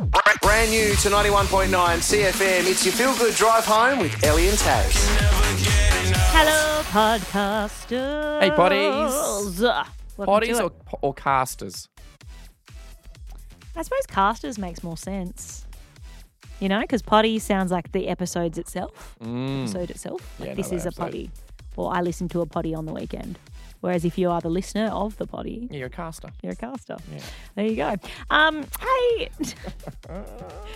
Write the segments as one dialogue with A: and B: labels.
A: Brand new to 91.9 CFM. It's your feel good drive home with Ellie and Taz.
B: Hello, podcasters.
C: Hey, bodies.
B: Welcome
C: Bodies
B: to
C: or,
B: it.
C: or casters?
B: I suppose casters makes more sense. You know, because potty sounds like the episodes itself. Episode itself. Like,
C: Mm. Yeah,
B: this
C: no,
B: is
C: the
B: a
C: episode.
B: potty. Or I listen to a potty on the weekend. Whereas if you are the listener of the potty,
C: Yeah, you're a caster.
B: you're a caster. There you go. Um, hey,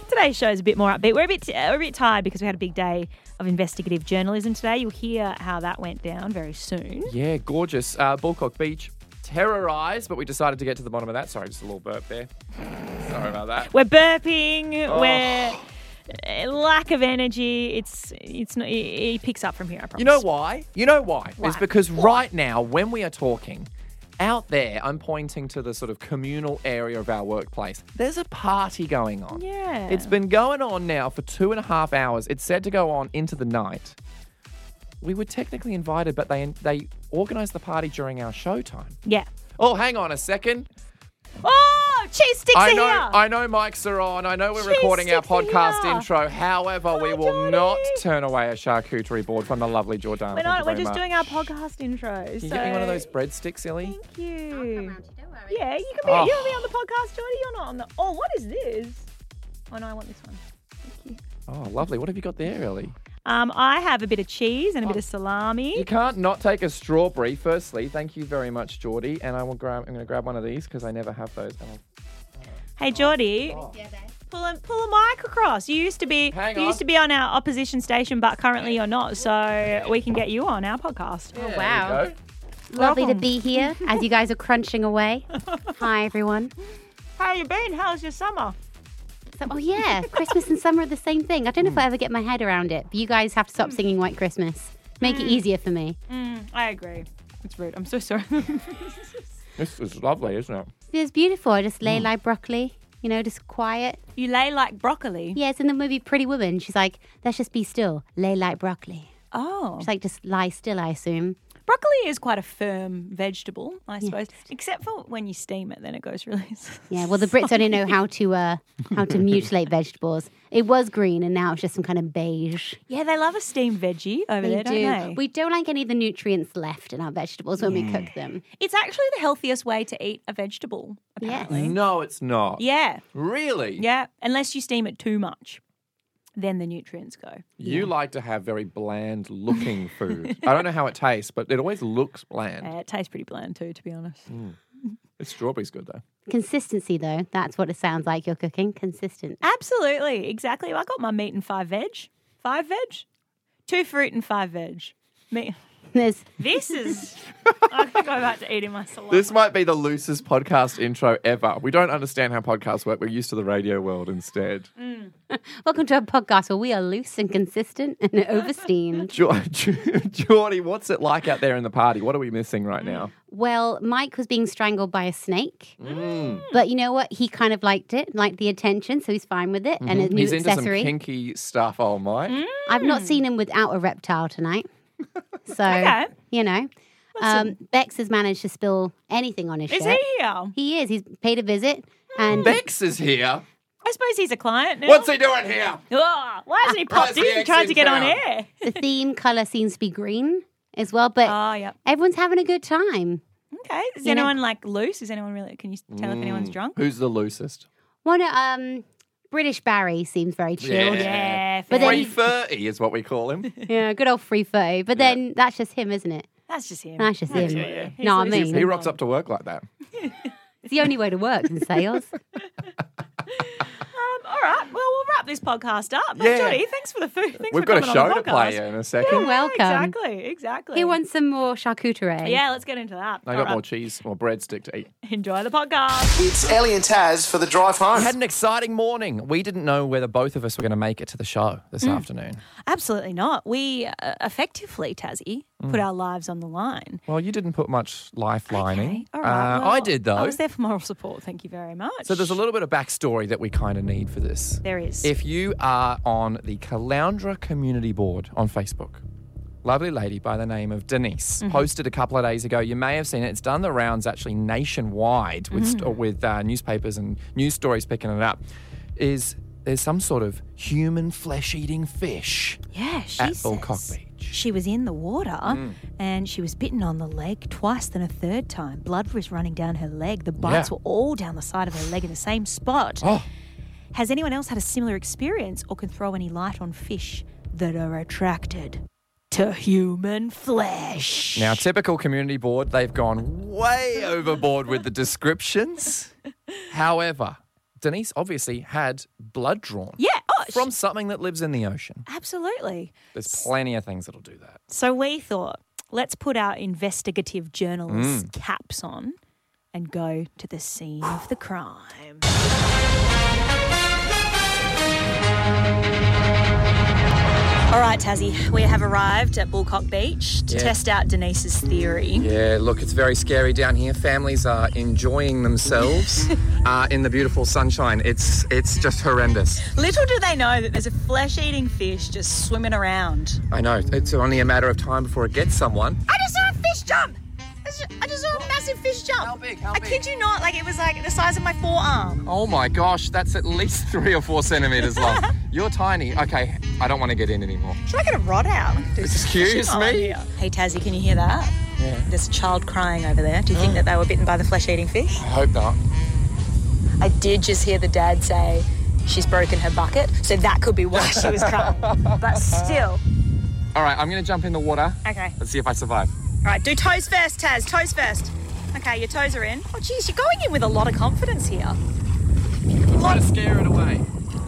B: today's show is a bit more upbeat. We're a bit uh, we're a bit tired because we had a big day of investigative journalism today. You'll hear how that went down very soon.
C: Yeah, gorgeous. Uh, Bullcock Beach, terrorised, but we decided to get to the bottom of that. Sorry, just a little burp there. Sorry about that.
B: We're burping.
C: Oh.
B: We're uh, lack of energy. It's it's not. It, it picks up from here. I promise.
C: You know why? You know why?
B: Why?
C: It's because right now, when we are talking, out there, I'm pointing to the sort of communal area of our workplace. There's a party going on.
B: Yeah.
C: It's been going on now for two and a half hours. It's said to go on into the night. We were technically invited, but they they organised the party during our show time.
B: Yeah.
C: Oh, hang on a second.
B: Oh, cheese sticks
C: I
B: are
C: know,
B: here.
C: I know mics are on. I know we're
B: Cheese
C: recording our
B: sticks are
C: podcast
B: here.
C: intro. However, we
B: Hi,
C: will not
B: Geordie.
C: turn away a charcuterie board from the lovely Jordana.
B: we're
C: Thank you
B: not. We're
C: very
B: just
C: much.
B: doing our podcast intro.
C: Can you
B: so
C: get me one of those breadsticks, Illy?
B: Thank you.
D: around you, don't worry.
B: Yeah, you can be.
C: Oh.
B: You'll be on the podcast, Jordy. You're not on the. Oh, what is this? Oh no, I want this one. Thank you.
C: Oh, lovely. What have you got there, Ellie?
B: Um, I have a bit of cheese and a bit of salami.
C: Oh. You can't not take a strawberry, firstly. Thank you very much, Geordie. And I will grab, I'm going to grab one of these because I never have those. And I'll- Oh.
B: Hey, Geordie,
D: Yeah, babe.
B: pull a pull a mic across. You used to be
C: Hang
B: you
C: on.
B: used to be on our opposition station, but currently you're not. So we can get you on our podcast.
C: There you
D: wow.
C: go.
D: Lovely to
B: Welcome.
D: be here as you guys are crunching away. Hi, everyone.
B: How you been? How's your summer?
D: So, oh, yeah, Christmas and summer are the same thing. I don't know if I ever get my head around it, but you guys have to
B: Mm.
D: stop singing White Christmas. Make it easier for me.
B: I agree. It's rude. I'm so sorry.
C: This is lovely, isn't it?
D: It was beautiful. I just lay
B: Mm.
D: like broccoli, you know, just quiet.
B: you lay like broccoli.
D: Yeah, it's in the movie Pretty Woman. She's like, let's just be still, lay like broccoli.
B: Oh,
D: She's like, just lie still, I assume.
B: broccoli is quite a firm vegetable, I suppose. Except for when you steam it, then it goes really.
D: Yeah, well, the Brits only know how to uh, how to mutilate vegetables. It was green, and now it's just some kind of beige.
B: Yeah, they love a steamed veggie over
D: They
B: there,
D: do.
B: don't they?
D: We don't like any of the nutrients left in our vegetables when we
C: Mm.
D: cook them.
B: it's actually the healthiest way to eat a vegetable, apparently.
C: No, it's not.
B: Yeah,
C: Really?
B: yeah. Unless you steam it too much, then the nutrients go.
C: You like to have very bland looking food. I don't know how it tastes, but it always looks bland.
B: Uh, it tastes pretty bland too, to be honest.
C: It's strawberry's good though.
D: Consistency, though, that's what it sounds like you're cooking. Consistent.
B: Absolutely, exactly. I got my meat and five veg. Five veg? Two fruit and five veg. Meat.
D: There's,
B: This is. I think I'm about to eat in my salon.
C: This might be the loosest podcast intro ever. We don't understand how podcasts work. We're used to the radio world instead.
D: welcome to our podcast where we are loose and consistent and oversteamed.
C: Jo- Geordie, what's it like out there in the party? What are we missing right now?
D: Well, Mike was being strangled by a snake,
C: Mm.
D: but you know what? He kind of liked it, liked the attention, so he's fine with it. And a Mm. new
C: Mm-hmm. He's into some
D: accessory.
C: kinky stuff, oh Mike.
D: I've
B: Mm.
D: not seen him without a reptile tonight. So,
B: Okay.
D: you know, um, Bex has managed to spill anything on his
B: is
D: shirt.
B: he here?
D: He is. He's paid a visit. And
C: Bex is here.
B: I suppose he's a client now.
C: What's he doing here?
B: Oh, why hasn't he popped in
C: the
B: and tried to
C: accent
B: get on
C: down?
B: air?
D: the theme color seems to be green as well, but
B: Oh, yeah.
D: everyone's having a good time.
B: Okay. Is
D: You know-
B: anyone like loose? Is anyone really? Can you tell if anyone's drunk?
C: Who's the loosest?
D: One, um, British Barry seems very chilled.
C: Yeah.
B: Yeah,
D: But
B: fair.
C: Free
D: then-
C: furty is what we call him.
D: Yeah, good old free footy. But then that's just him, isn't it?
B: that's just him.
D: That's just him.
B: yeah.
D: No, I
B: He's-
D: mean,
B: he's-
C: he rocks up to work like that.
D: it's the only way to work in sales.
B: Um, all right. Well, we'll wrap this podcast up.
C: Yeah.
B: Jody, thanks for the food. Thanks
C: We've
B: for
C: got a
B: coming on
C: show
B: the
C: to play
B: podcast.
C: in a
B: Yeah,
C: second.
D: You're welcome.
B: Exactly. Exactly.
D: He wants some more charcuterie.
B: yeah, let's get into that.
C: I
B: All
C: got
B: right.
C: more cheese, more breadstick to eat.
B: Enjoy the podcast.
A: It's Ellie and Taz for the drive home.
C: We had an exciting morning. We didn't know whether both of us were going to make it to the show this afternoon.
B: Absolutely not. We uh, effectively, Tassie,
C: Mm.
B: put our lives on the line.
C: Well, you didn't put much
B: Okay,
C: lifelining.
B: All right.
C: Uh,
B: well,
C: I did though.
B: I was there for moral support. Thank you very much.
C: So there's a little bit of backstory that we kind of need for this.
B: There is.
C: If you are on the Caloundra Community Board on Facebook, lovely lady by the name of Denise
B: Mm-hmm.
C: posted a couple of days ago. You may have seen it. It's done the
B: Mm.
C: rounds actually nationwide with st- with uh, newspapers and news stories picking it up. is there's some sort of human flesh eating fish.
B: Yeah, she
C: At Mm.
B: says
C: Alcock Beach.
B: she was in the water and she was bitten on the leg twice, then a third time. Blood was running down her leg. The bites
C: Yeah.
B: were all down the side of her leg in the same spot.
C: Oh,
B: Has anyone else had a similar experience or can throw any light on fish that are attracted to human flesh?
C: now typical community board, they've gone way overboard with the descriptions. However, Denise obviously had blood drawn
B: yeah, oh, sh-
C: from something that lives in the ocean.
B: absolutely.
C: There's plenty of things that'll do that.
B: So we thought, let's put our investigative journalists'
C: Mm.
B: caps on and go to the scene of the crime. All right, Tassie, we have arrived at Bullcock Beach to
C: Yeah.
B: test out Denise's theory.
C: Yeah, look, it's very scary down here. Families are enjoying themselves uh, in the beautiful sunshine. It's it's just horrendous.
B: Little do they know that there's a flesh eating fish just swimming around.
C: I know. It's only a matter of time before it gets someone.
B: I just saw a fish jump! I just- I just saw a massive fish jump.
C: How big? How
B: I
C: big?
B: kid you not, like it was like the size of my forearm.
C: Oh my gosh, that's at least three or four centimeters long. You're tiny. Okay, I don't want to get in anymore.
B: Should I get a rod out?
C: Excuse
B: Oh,
C: me?
B: yeah. Hey Tassie, can you hear that? Yeah. There's a child crying over there. Do you
C: Mm.
B: think that they were bitten by the flesh-eating fish?
C: I hope not.
B: I did just hear the dad say she's broken her bucket, so that could be why she was crying. but still,
C: All right, I'm gonna jump in the water.
B: okay.
C: Let's see if I survive.
B: All right, do toes first, Taz. Toes first. Okay, your toes are in. Oh, geez, you're going in with a lot of confidence here.
C: Try to scare it away.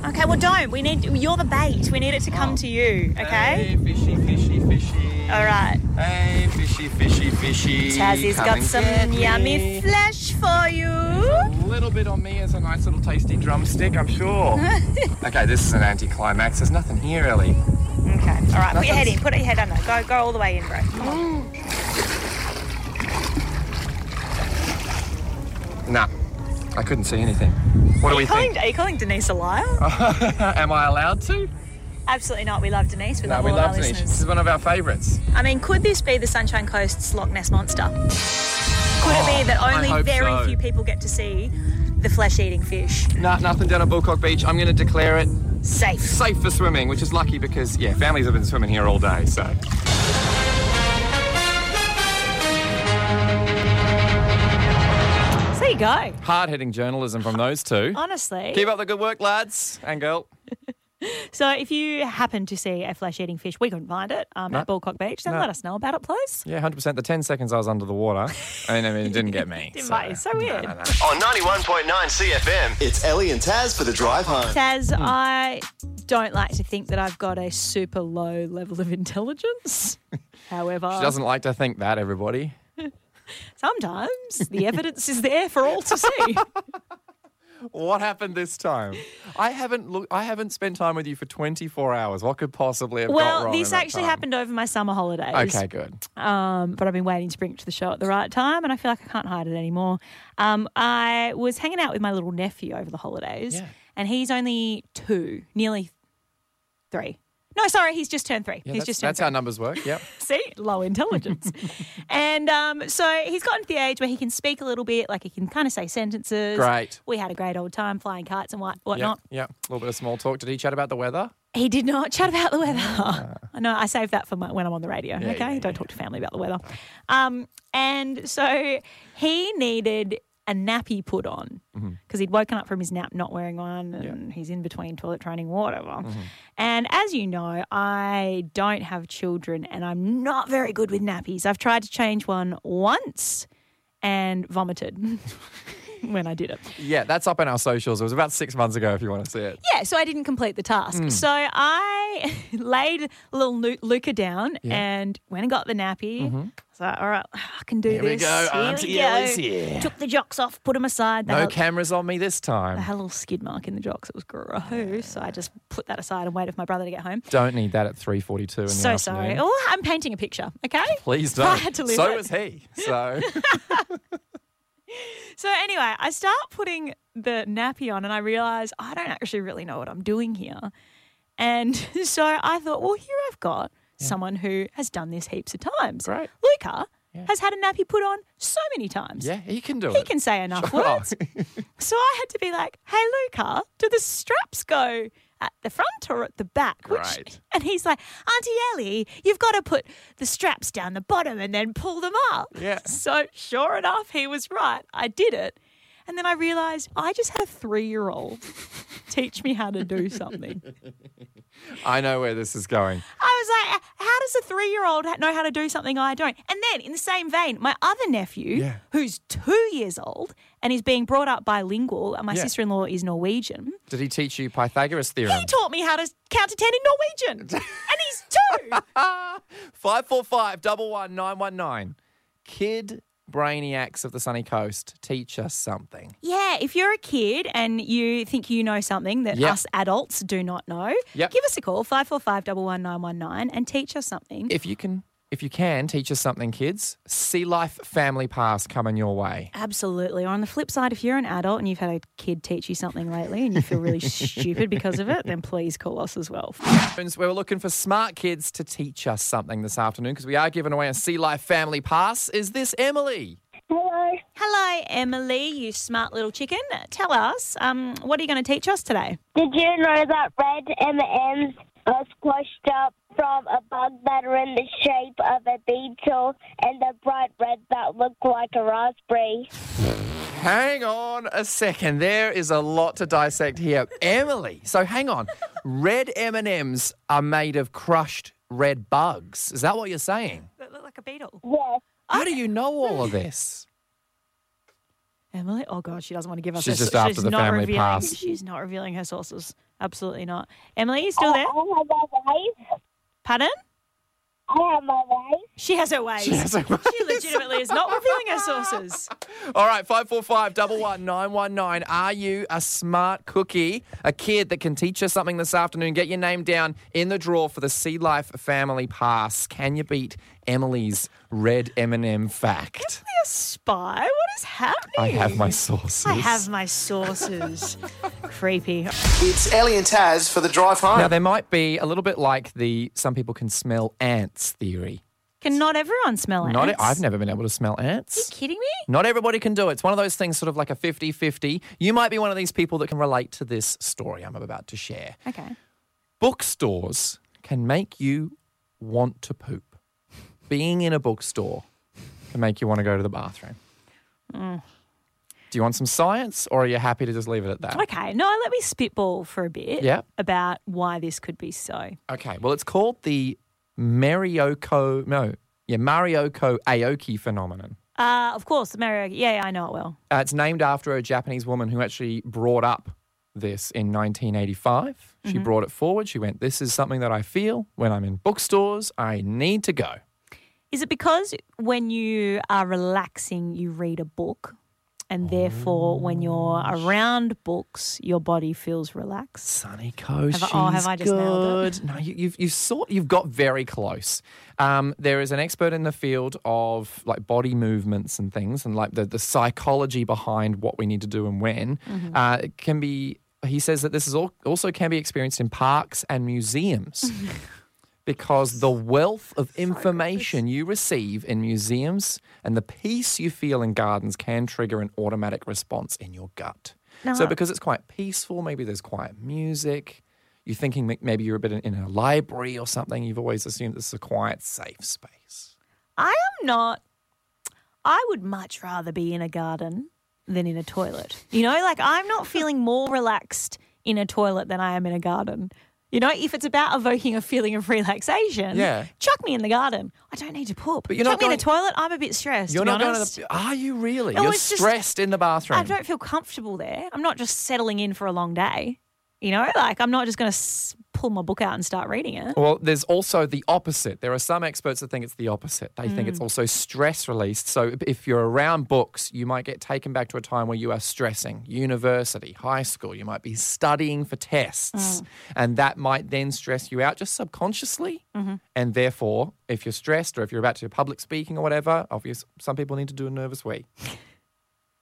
B: Okay, well, don't. We need. You're the bait. We need it to come to you. Okay.
C: Oh. Hey, fishy, fishy, fishy.
B: All right.
C: Hey, fishy, fishy, fishy.
B: Tassie's
C: Come
B: got
C: and
B: some
C: get me.
B: yummy flesh for you.
C: A little bit on me as a nice little tasty drumstick, I'm sure. okay, this is an anticlimax. There's nothing here, Ellie.
B: Okay. All right. Put your head
C: Nothing's-
B: in. Put your head under. Go. Go all the way in, bro.
C: Nah, I couldn't see anything. What do we think? Oh.
B: are you calling Denise a liar?
C: Am I allowed to?
B: Absolutely not. We love Denise. We
C: No,
B: love
C: we
B: all
C: love
B: our
C: Denise. This
B: listeners.
C: is one of our favourites.
B: I mean, could this be the Sunshine Coast's Loch Ness monster? Could it be that
C: Oh, I
B: only
C: hope
B: very
C: so.
B: few people get to see the flesh-eating fish?
C: Nah, nothing down at Bullcock Beach. I'm going to declare it
B: Safe.
C: safe for swimming, which is lucky because, yeah, families have been swimming here all day, so.
B: So there you go.
C: Hard hitting journalism from those two.
B: Honestly.
C: Keep up the good work, lads and girl.
B: So if you happen to see a flesh-eating fish, we couldn't find it um, at Bullcock Beach, then
C: No.
B: let us know about it, please.
C: Yeah, 100%. The 10 seconds I was under the water, I mean, I mean it didn't get me.
B: Didn't bite you. So weird.
A: On 91.9 CFM, it's Ellie and Taz for the drive home.
B: Taz,
C: Hmm.
B: I don't like to think that I've got a super low level of intelligence. However,
C: She doesn't like to think that, everybody.
B: sometimes the evidence is there for all to see.
C: What happened this time? I haven't look. I haven't spent time with you for 24 hours. What could possibly have gone
B: well,
C: wrong?
B: this
C: in that
B: actually
C: time?
B: happened over my summer holidays.
C: Okay, good.
B: Um, but I've been waiting to bring it to the show at the right time, and I feel like I can't hide it anymore. Um, I was hanging out with my little nephew over the holidays,
C: Yeah.
B: and he's only two, nearly three. No, sorry, he's just turned three.
C: Yeah,
B: he's
C: that's,
B: just turned
C: that's how numbers work. Yep.
B: See, low intelligence. and um, so he's gotten to the age where he can speak a little bit, like he can kind of say sentences.
C: Great.
B: We had a great old time flying kites and what,
C: Yep.
B: whatnot.
C: Yep. A little bit of small talk. Did he chat about the weather?
B: He did not chat about the weather. I know I save that for my, when I'm on the radio. okay,
C: Ah. yeah,
B: don't talk to family about the weather. Um, and so he needed a nappy put on because
C: Mm-hmm.
B: he'd woken up from his nap not wearing one, and he's in between toilet training, whatever.
C: Mm-hmm.
B: And as you know, I don't have children, and I'm not very good with nappies. I've tried to change one once and vomited when I did it.
C: Yeah, that's up in our socials. It was about six months ago. If you want to see it.
B: Yeah, so I didn't complete the
C: Hmm.
B: task. So I laid little Lu- Luca down and went and got the nappy. So all right, I can do
C: Mm-hmm. Here we
B: this.
C: go, Auntie Ellie's here.
B: Took the jocks off, put them aside. They
C: No
B: had-
C: cameras on me this
B: they
C: time.
B: had a little skid mark in the jocks. It was gross. So I just put that aside and waited for my brother to get home.
C: Don't need that at 3:42 in the
B: So
C: afternoon.
B: sorry. Oh, I'm painting a picture. Okay.
C: Please
B: So
C: don't.
B: I had to live
C: so
B: it.
C: was he. So
B: So anyway, I start putting the nappy on and I realize I don't actually really know what I'm doing here. And so I thought, well, here I've got someone who has done this heaps of times.
C: Great.
B: Luca has had a nappy put on so many times.
C: Yeah, he can do it.
B: He can say enough
C: Oh,
B: words. So I had to be like, hey, Luca, do the straps go at the front or at the back?
C: Great.
B: and he's like, Auntie Ellie, you've got to put the straps down the bottom and then pull them up.
C: Yeah.
B: So sure enough, he was right. I did it. And then I realized I just had a three year old teach me how to do something.
C: I know where this is going.
B: I was like, how does a three year old know how to do something I don't? And then, in the same vein, my other nephew,
C: Yeah.
B: who's two years old and is being brought up bilingual, and my
C: Yeah.
B: sister in law is Norwegian,
C: Did he teach you Pythagoras theorem?
B: he taught me how to count to 10 in Norwegian. and he's two.
C: Five four five double one nine one nine. Kid brainiacs of the sunny coast, teach us something.
B: Yeah, if you're a kid and you think you know something that
C: Yep.
B: us adults do not know,
C: Yep.
B: give us a call, 545 11919, and teach us something.
C: If you can, if you can, teach us something, kids. Sea life family pass coming your way.
B: Absolutely. Or on the flip side, if you're an adult and you've had a kid teach you something lately and you feel really stupid because of it, then please call us as well.
C: Friends, We were looking for smart kids to teach us something this afternoon because we are giving away a Sea Life family pass. Is this Emily?
E: Hello.
B: Hello, Emily, you smart little chicken. Tell us, um, what are you going to teach us today?
E: Did you know that red M&Ms are squashed up from a bug that are in the shape of a beetle and the bright red that look like a raspberry?
C: Hang on a second. There is a lot to dissect here, Emily. So hang on. Red M and M's are made of crushed red bugs. Is that what you're saying?
B: That look like a beetle.
E: Yes.
C: How do you know all of this?
B: Emily? Oh, God, she doesn't want to give us
C: She's
B: her
C: just
B: so-
C: after
B: she's
C: the
B: not
C: family
B: revealing,
C: pass.
B: She's not revealing her sources. Absolutely not. Emily, you still
E: I
B: there?
E: have my ways.
B: Pardon?
E: I have my ways.
B: She has her ways. She,
C: has her ways.
B: legitimately is not revealing her sources.
C: All right, five four five double one nine one nine. Are you a smart cookie, a kid that can teach us something this afternoon? Get your name down in the draw for the Sea Life Family Pass. Can you beat Emily's red M and M fact?
B: Be a spy? What is happening?
C: I have my sources.
B: I have my sources. Creepy.
A: It's Ellie and Taz for the drive home.
C: Now, there might be a little bit like the some people can smell ants theory.
B: Can not everyone smell ants?
C: Not e- I've never been able to smell ants.
B: Kidding me?
C: Not everybody can do it. It's one of those things, sort of like a 50 50. You might be one of these people that can relate to this story I'm about to share.
B: Okay.
C: Bookstores can make you want to poop. Being in a bookstore can make you want to go to the bathroom. Do you want some science or are you happy to just leave it at that?
B: Okay. No, let me spitball for a bit
C: Yeah.
B: about why this could be so.
C: Okay, well, it's called the Marioko, no, yeah, Marioko Aoki phenomenon.
B: Uh, of course, the Mario. Yeah, yeah, I know it well.
C: Uh, it's named after a Japanese woman who actually brought up this in 1985. She brought it forward. She went, This is something that I feel when I'm in bookstores. I need to go.
B: Is it because when you are relaxing, you read a book? And therefore, when you're
C: Oh,
B: around books, your body feels relaxed.
C: Sunny Coast.
B: Have I- oh, have
C: she's
B: I just nailed it?
C: good. No, you, you've you've sort you've got very close. Um, there is an expert in the field of like body movements and things, and like the the psychology behind what we need to do and when.
B: Mm-hmm.
C: Uh, it can be. He says that this is all, also can be experienced in parks and museums. Because the wealth of information you receive in museums and the peace you feel in gardens can trigger an automatic response in your gut. So,
B: Now-
C: because it's quite peaceful, maybe there's quiet music, you're thinking ma- maybe you're a bit in, in a library or something, you've always assumed this is a quiet, safe space.
B: I am not. I would much rather be in a garden than in a toilet. You know, like I'm not feeling more relaxed in a toilet than I am in a garden. You know, if it's about evoking a feeling of relaxation,
C: Yeah.
B: chuck me in the garden. I don't need to poop.
C: But you're
B: chuck
C: not
B: me in
C: going-
B: the toilet. I'm a bit stressed.
C: You're
B: to be
C: not going
B: honest.
C: to the. Are you really?
B: No,
C: you're
B: it's just-
C: stressed in the bathroom.
B: I don't feel comfortable there. I'm not just settling in for a long day. You know, like I'm not just going to s- pull my book out and start reading it.
C: Well, there's also the opposite. There are some experts that think it's the opposite. They think it's
B: Mm.
C: also stress released. So if- if you're around books, you might get taken back to a time where you are stressing, university, high school, you might be studying for tests,
B: Mm.
C: and that might then stress you out just subconsciously.
B: Mm-hmm.
C: And therefore, if you're stressed or if you're about to do public speaking or whatever, obvious some people need to do a nervous wee.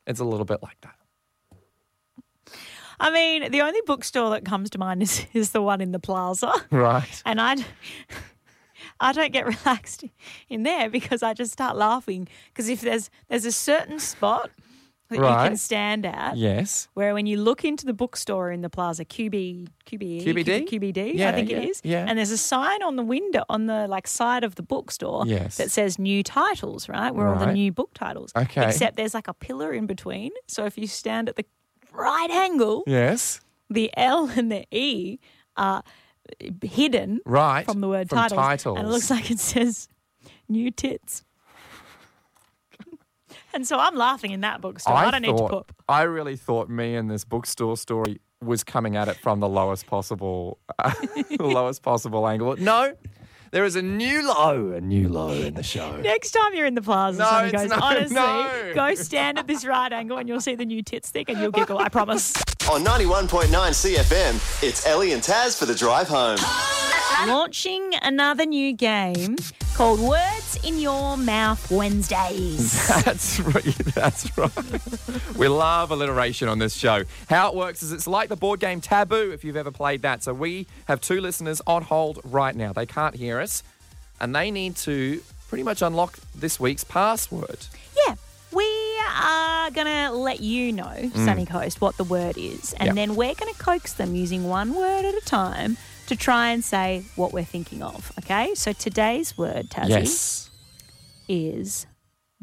C: it's a little bit like that.
B: I mean, the only bookstore that comes to mind is, is the one in the plaza.
C: Right.
B: And I'd. I don't get relaxed in there because I just start laughing. Because if there's there's a certain spot that you can
C: Right.
B: stand at,
C: Yes.
B: where when you look into the bookstore in the plaza, QB, QBE,
C: QBD?
B: QBD, I
C: Yeah,
B: think it
C: yeah,
B: is.
C: yeah.
B: And there's a sign on the window, on the like side of the bookstore,
C: Yes.
B: that says new titles, right? Where all the
C: Right.
B: new book titles.
C: Okay.
B: Except there's like a pillar in between, so if you stand at the right angle,
C: Yes.
B: the L and the E are hidden
C: Right.
B: from the word
C: From
B: titles,
C: titles.
B: and it looks like it says new tits. And so I'm laughing in that bookstore. I, don't need to
C: thought-
B: poop.
C: I really thought me and this bookstore story was coming at it from the lowest possible, lowest possible angle. No, there is a new low, a new low in the show.
B: Next time you're in the plaza,
C: No,
B: someone
C: it's
B: goes,
C: not-
B: honestly,
C: no."
B: go stand at this right angle and you'll see the new tits stick and you'll giggle, I promise.
F: On 91.9 CFM, it's Ellie and Taz for the drive home.
B: Launching another new game called Words in Your Mouth Wednesdays.
C: That's right. That's right. we love alliteration on this show. How it works is it's like the board game Taboo, if you've ever played that. So we have two listeners on hold right now. They can't hear us, and they need to pretty much unlock this week's password.
B: yeah, we are going to let you know, Sunny Coast, what the word is. And
C: Mm. Yep.
B: then we're going to coax them using one word at a time to try and say what we're thinking of. Okay? So today's word, Tazzy, is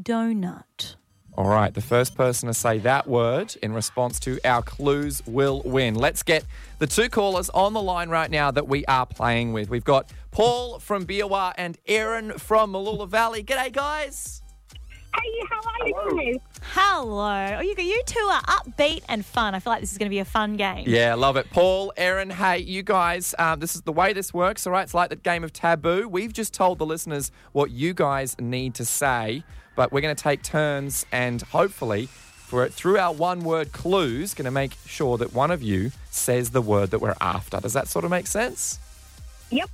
B: donut.
C: All right. The first person to say that word in response to our clues will win. Let's get the two callers on the line right now that we are playing with. We've got Paul from Biawa and Aaron from Malula Valley. G'day, guys.
E: Hey, how are you guys?
B: Hello. Oh, you, you two are upbeat and fun. I feel like this is going to be a fun game.
C: Yeah, love it. Paul, Aaron, hey, you guys, um, this is the way this works, all right? It's like the game of taboo. We've just told the listeners what you guys need to say, but we're going to take turns and hopefully, for, through our one word clues, going to make sure that one of you says the word that we're after. Does that sort of make sense?
E: Yep.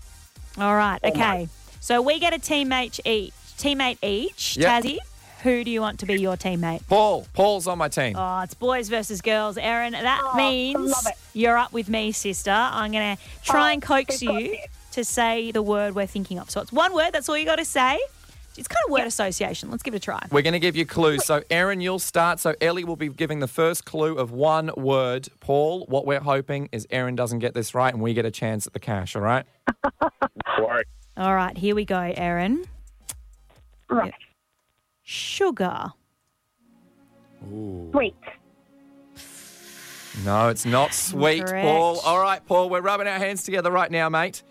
B: All right. Okay. So we get a teammate each. Teammate each.
C: Yep.
B: Tazzy, who do you want to be your teammate?
C: Paul, Paul's on my team.
B: Oh, it's boys versus girls, Erin. That
E: Oh,
B: means
E: love it.
B: you're up with me, sister. I'm going to try
E: Oh,
B: and coax
E: we've got
B: you
E: this.
B: to say the word we're thinking of. So it's one word. That's all you got to say. It's kind of word association. Let's give it a try.
C: We're going to give you clues. So, Aaron, you'll start. So, Ellie will be giving the first clue of one word. Paul, what we're hoping is Aaron doesn't get this right and we get a chance at the cash, all right?
B: All right. Here we go, Erin.
E: Right.
B: Sugar.
E: Sweet.
C: No, it's not sweet,
B: Correct.
C: Paul. All right, Paul, we're rubbing our hands together right now, mate.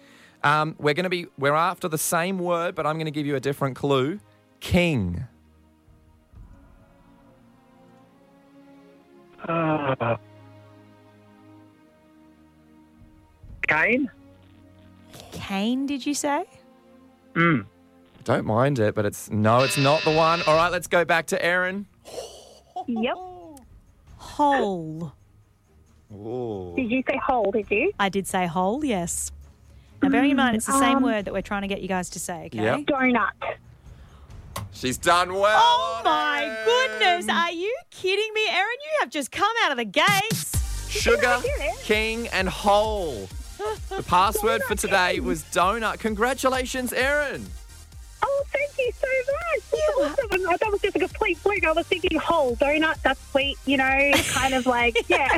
C: Um, we're going to be we're after the same word, but I'm going to give you a different clue. King.
G: Kane?
B: Cane, did you say?
G: Mm.
C: Don't mind it, but it's no, it's not the one. All right, let's go back to Aaron.
E: Yep.
B: Hole.
E: Did you say hole? Did you?
B: I did say hole, yes. Now, bearing in mind, it's the
E: Um,
B: same word that we're trying to get you guys to say, okay?
C: Yep.
E: Donut.
C: She's done well.
B: Oh
C: on
B: my
C: Aaron.
B: goodness, are you kidding me, Erin? You have just come out of the gates.
C: Sugar,
E: I did it.
C: King, and Hole. The password for today was donut. Congratulations, Aaron.
E: Oh, thank you so much. That's awesome. And That was just a complete fluke. I was thinking whole donut. That's sweet. You know, kind of like yeah.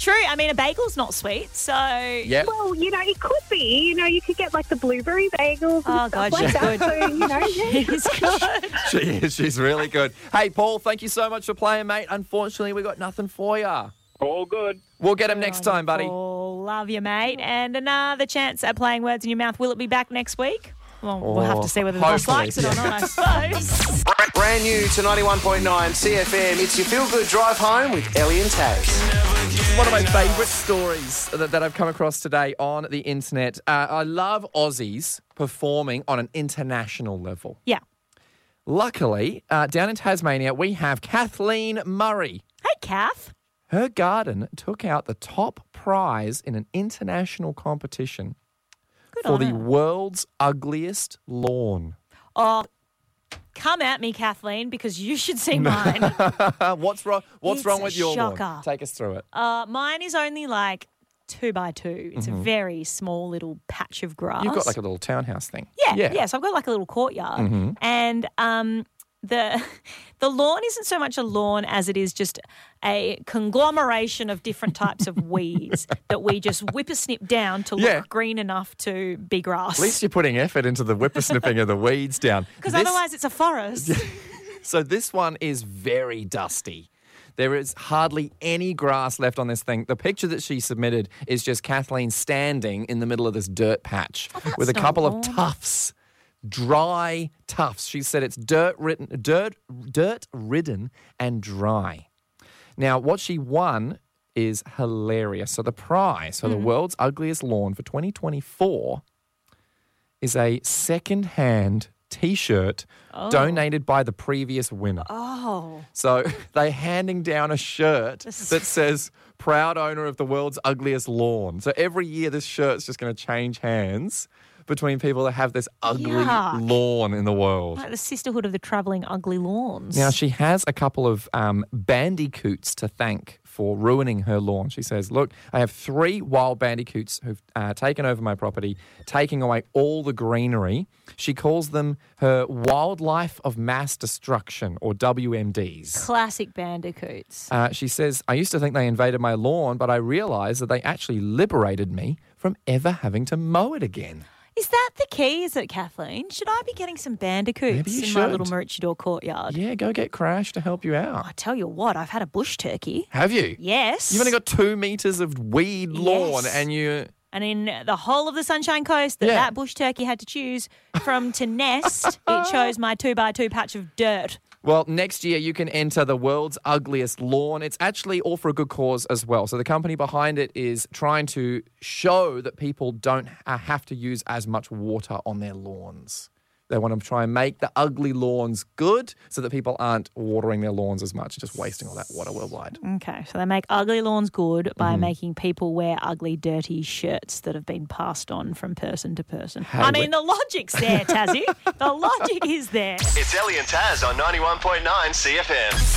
B: True, I mean, a bagel's not sweet, so.
C: Yep.
E: Well, you know, it could be. You know, you could get like the blueberry bagels and
B: Oh,
E: stuff
B: God,
E: like
B: you could.
E: that. So you know, yeah.
B: It's good.
C: She is. She's really good. Hey, Paul, thank you so much for playing, mate. Unfortunately, we got nothing for you.
G: All good.
C: We'll get him next time, buddy.
B: Oh, love you, mate. And another chance at playing words in your mouth. Will it be back next week? Well, we'll have
C: Oh,
B: to see whether the boss
C: hopefully,
B: likes it or
C: yeah.
B: not, I suppose.
A: Brand new to 91.9 CFM. It's your feel good drive home with Ellie and Taz.
C: One of my favourite stories that, that I've come across today on the internet. Uh, I love Aussies performing on an international level.
B: yeah.
C: Luckily, uh, down in Tasmania, we have Kathleen Murray.
B: Hey, Kath.
C: Her garden took out the top prize in an international competition
B: Good
C: for
B: on
C: the
B: her.
C: world's ugliest lawn.
B: Oh, come at me, Kathleen, because you should see mine.
C: Uh, what's wrong? What's
B: It's
C: wrong
B: a
C: with your
B: shocker.
C: lawn? Take us through it.
B: uh, mine is only like two by two. It's a very small little patch of grass.
C: Mm-hmm. You've got like a little townhouse thing.
B: Yeah, yeah. So I've got like a little courtyard,
C: Mm-hmm.
B: and um, the the lawn isn't so much a lawn as it is just a conglomeration of different types of weeds that we just whippersnip down to look
C: Yeah.
B: green enough to be grass.
C: At least you're putting effort into the whippersnipping of the weeds down.
B: because
C: This-
B: otherwise it's a forest.
C: So this one is very dusty. There is hardly any grass left on this thing. The picture that she submitted is just Kathleen standing in the middle of this dirt patch with a
B: Oh, not
C: couple
B: warm.
C: of tufts, dry tufts. She said it's dirt ridden, dirt dirt ridden and dry. Now, what she won is hilarious. So the prize for
B: Hmm.
C: the world's ugliest lawn for 2024 is a second-hand T-shirt donated by the previous winner.
B: Oh,
C: So they handing down a shirt that says "Proud owner of the world's ugliest lawn." So every year, this shirt's just going to change hands between people that have this ugly
B: Yuck.
C: lawn in the world.
B: like the sisterhood of the travelling ugly lawns.
C: Now, she has a couple of um, bandicoots to thank for ruining her lawn. She says, Look, I have three wild bandicoots who've uh, taken over my property, taking away all the greenery. She calls them her wildlife of mass destruction, or WMDs.
B: Classic bandicoots.
C: Uh, she says, I used to think they invaded my lawn, but I realized that they actually liberated me from ever having to mow it again.
B: Is that the key? Is it, Kathleen? Should I be getting some bandicoots
C: Maybe you
B: in my
C: should.
B: little Maroochydore courtyard?
C: Yeah, go get Crash to help you
B: I
C: out.
B: tell you what, I've had a bush turkey.
C: Have you?
B: Yes.
C: You've only got two meters of weed lawn
B: Yes.
C: and you.
B: and in the whole of the Sunshine Coast that
C: Yeah.
B: that bush turkey had to choose from to nest, it chose my two by two patch of dirt.
C: Well, next year you can enter the world's ugliest lawn. It's actually all for a good cause as well. So the company behind it is trying to show that people don't uh, have to use as much water on their lawns. They want to try and make the ugly lawns good so that people aren't watering their lawns as much, just wasting all that water worldwide.
B: Okay, so they make ugly lawns good by making people wear ugly, dirty shirts that have been passed on from person to person. I mean, the logic's there, Tassie. the logic is there.
F: It's Ellie and Taz on 91.9 CFM.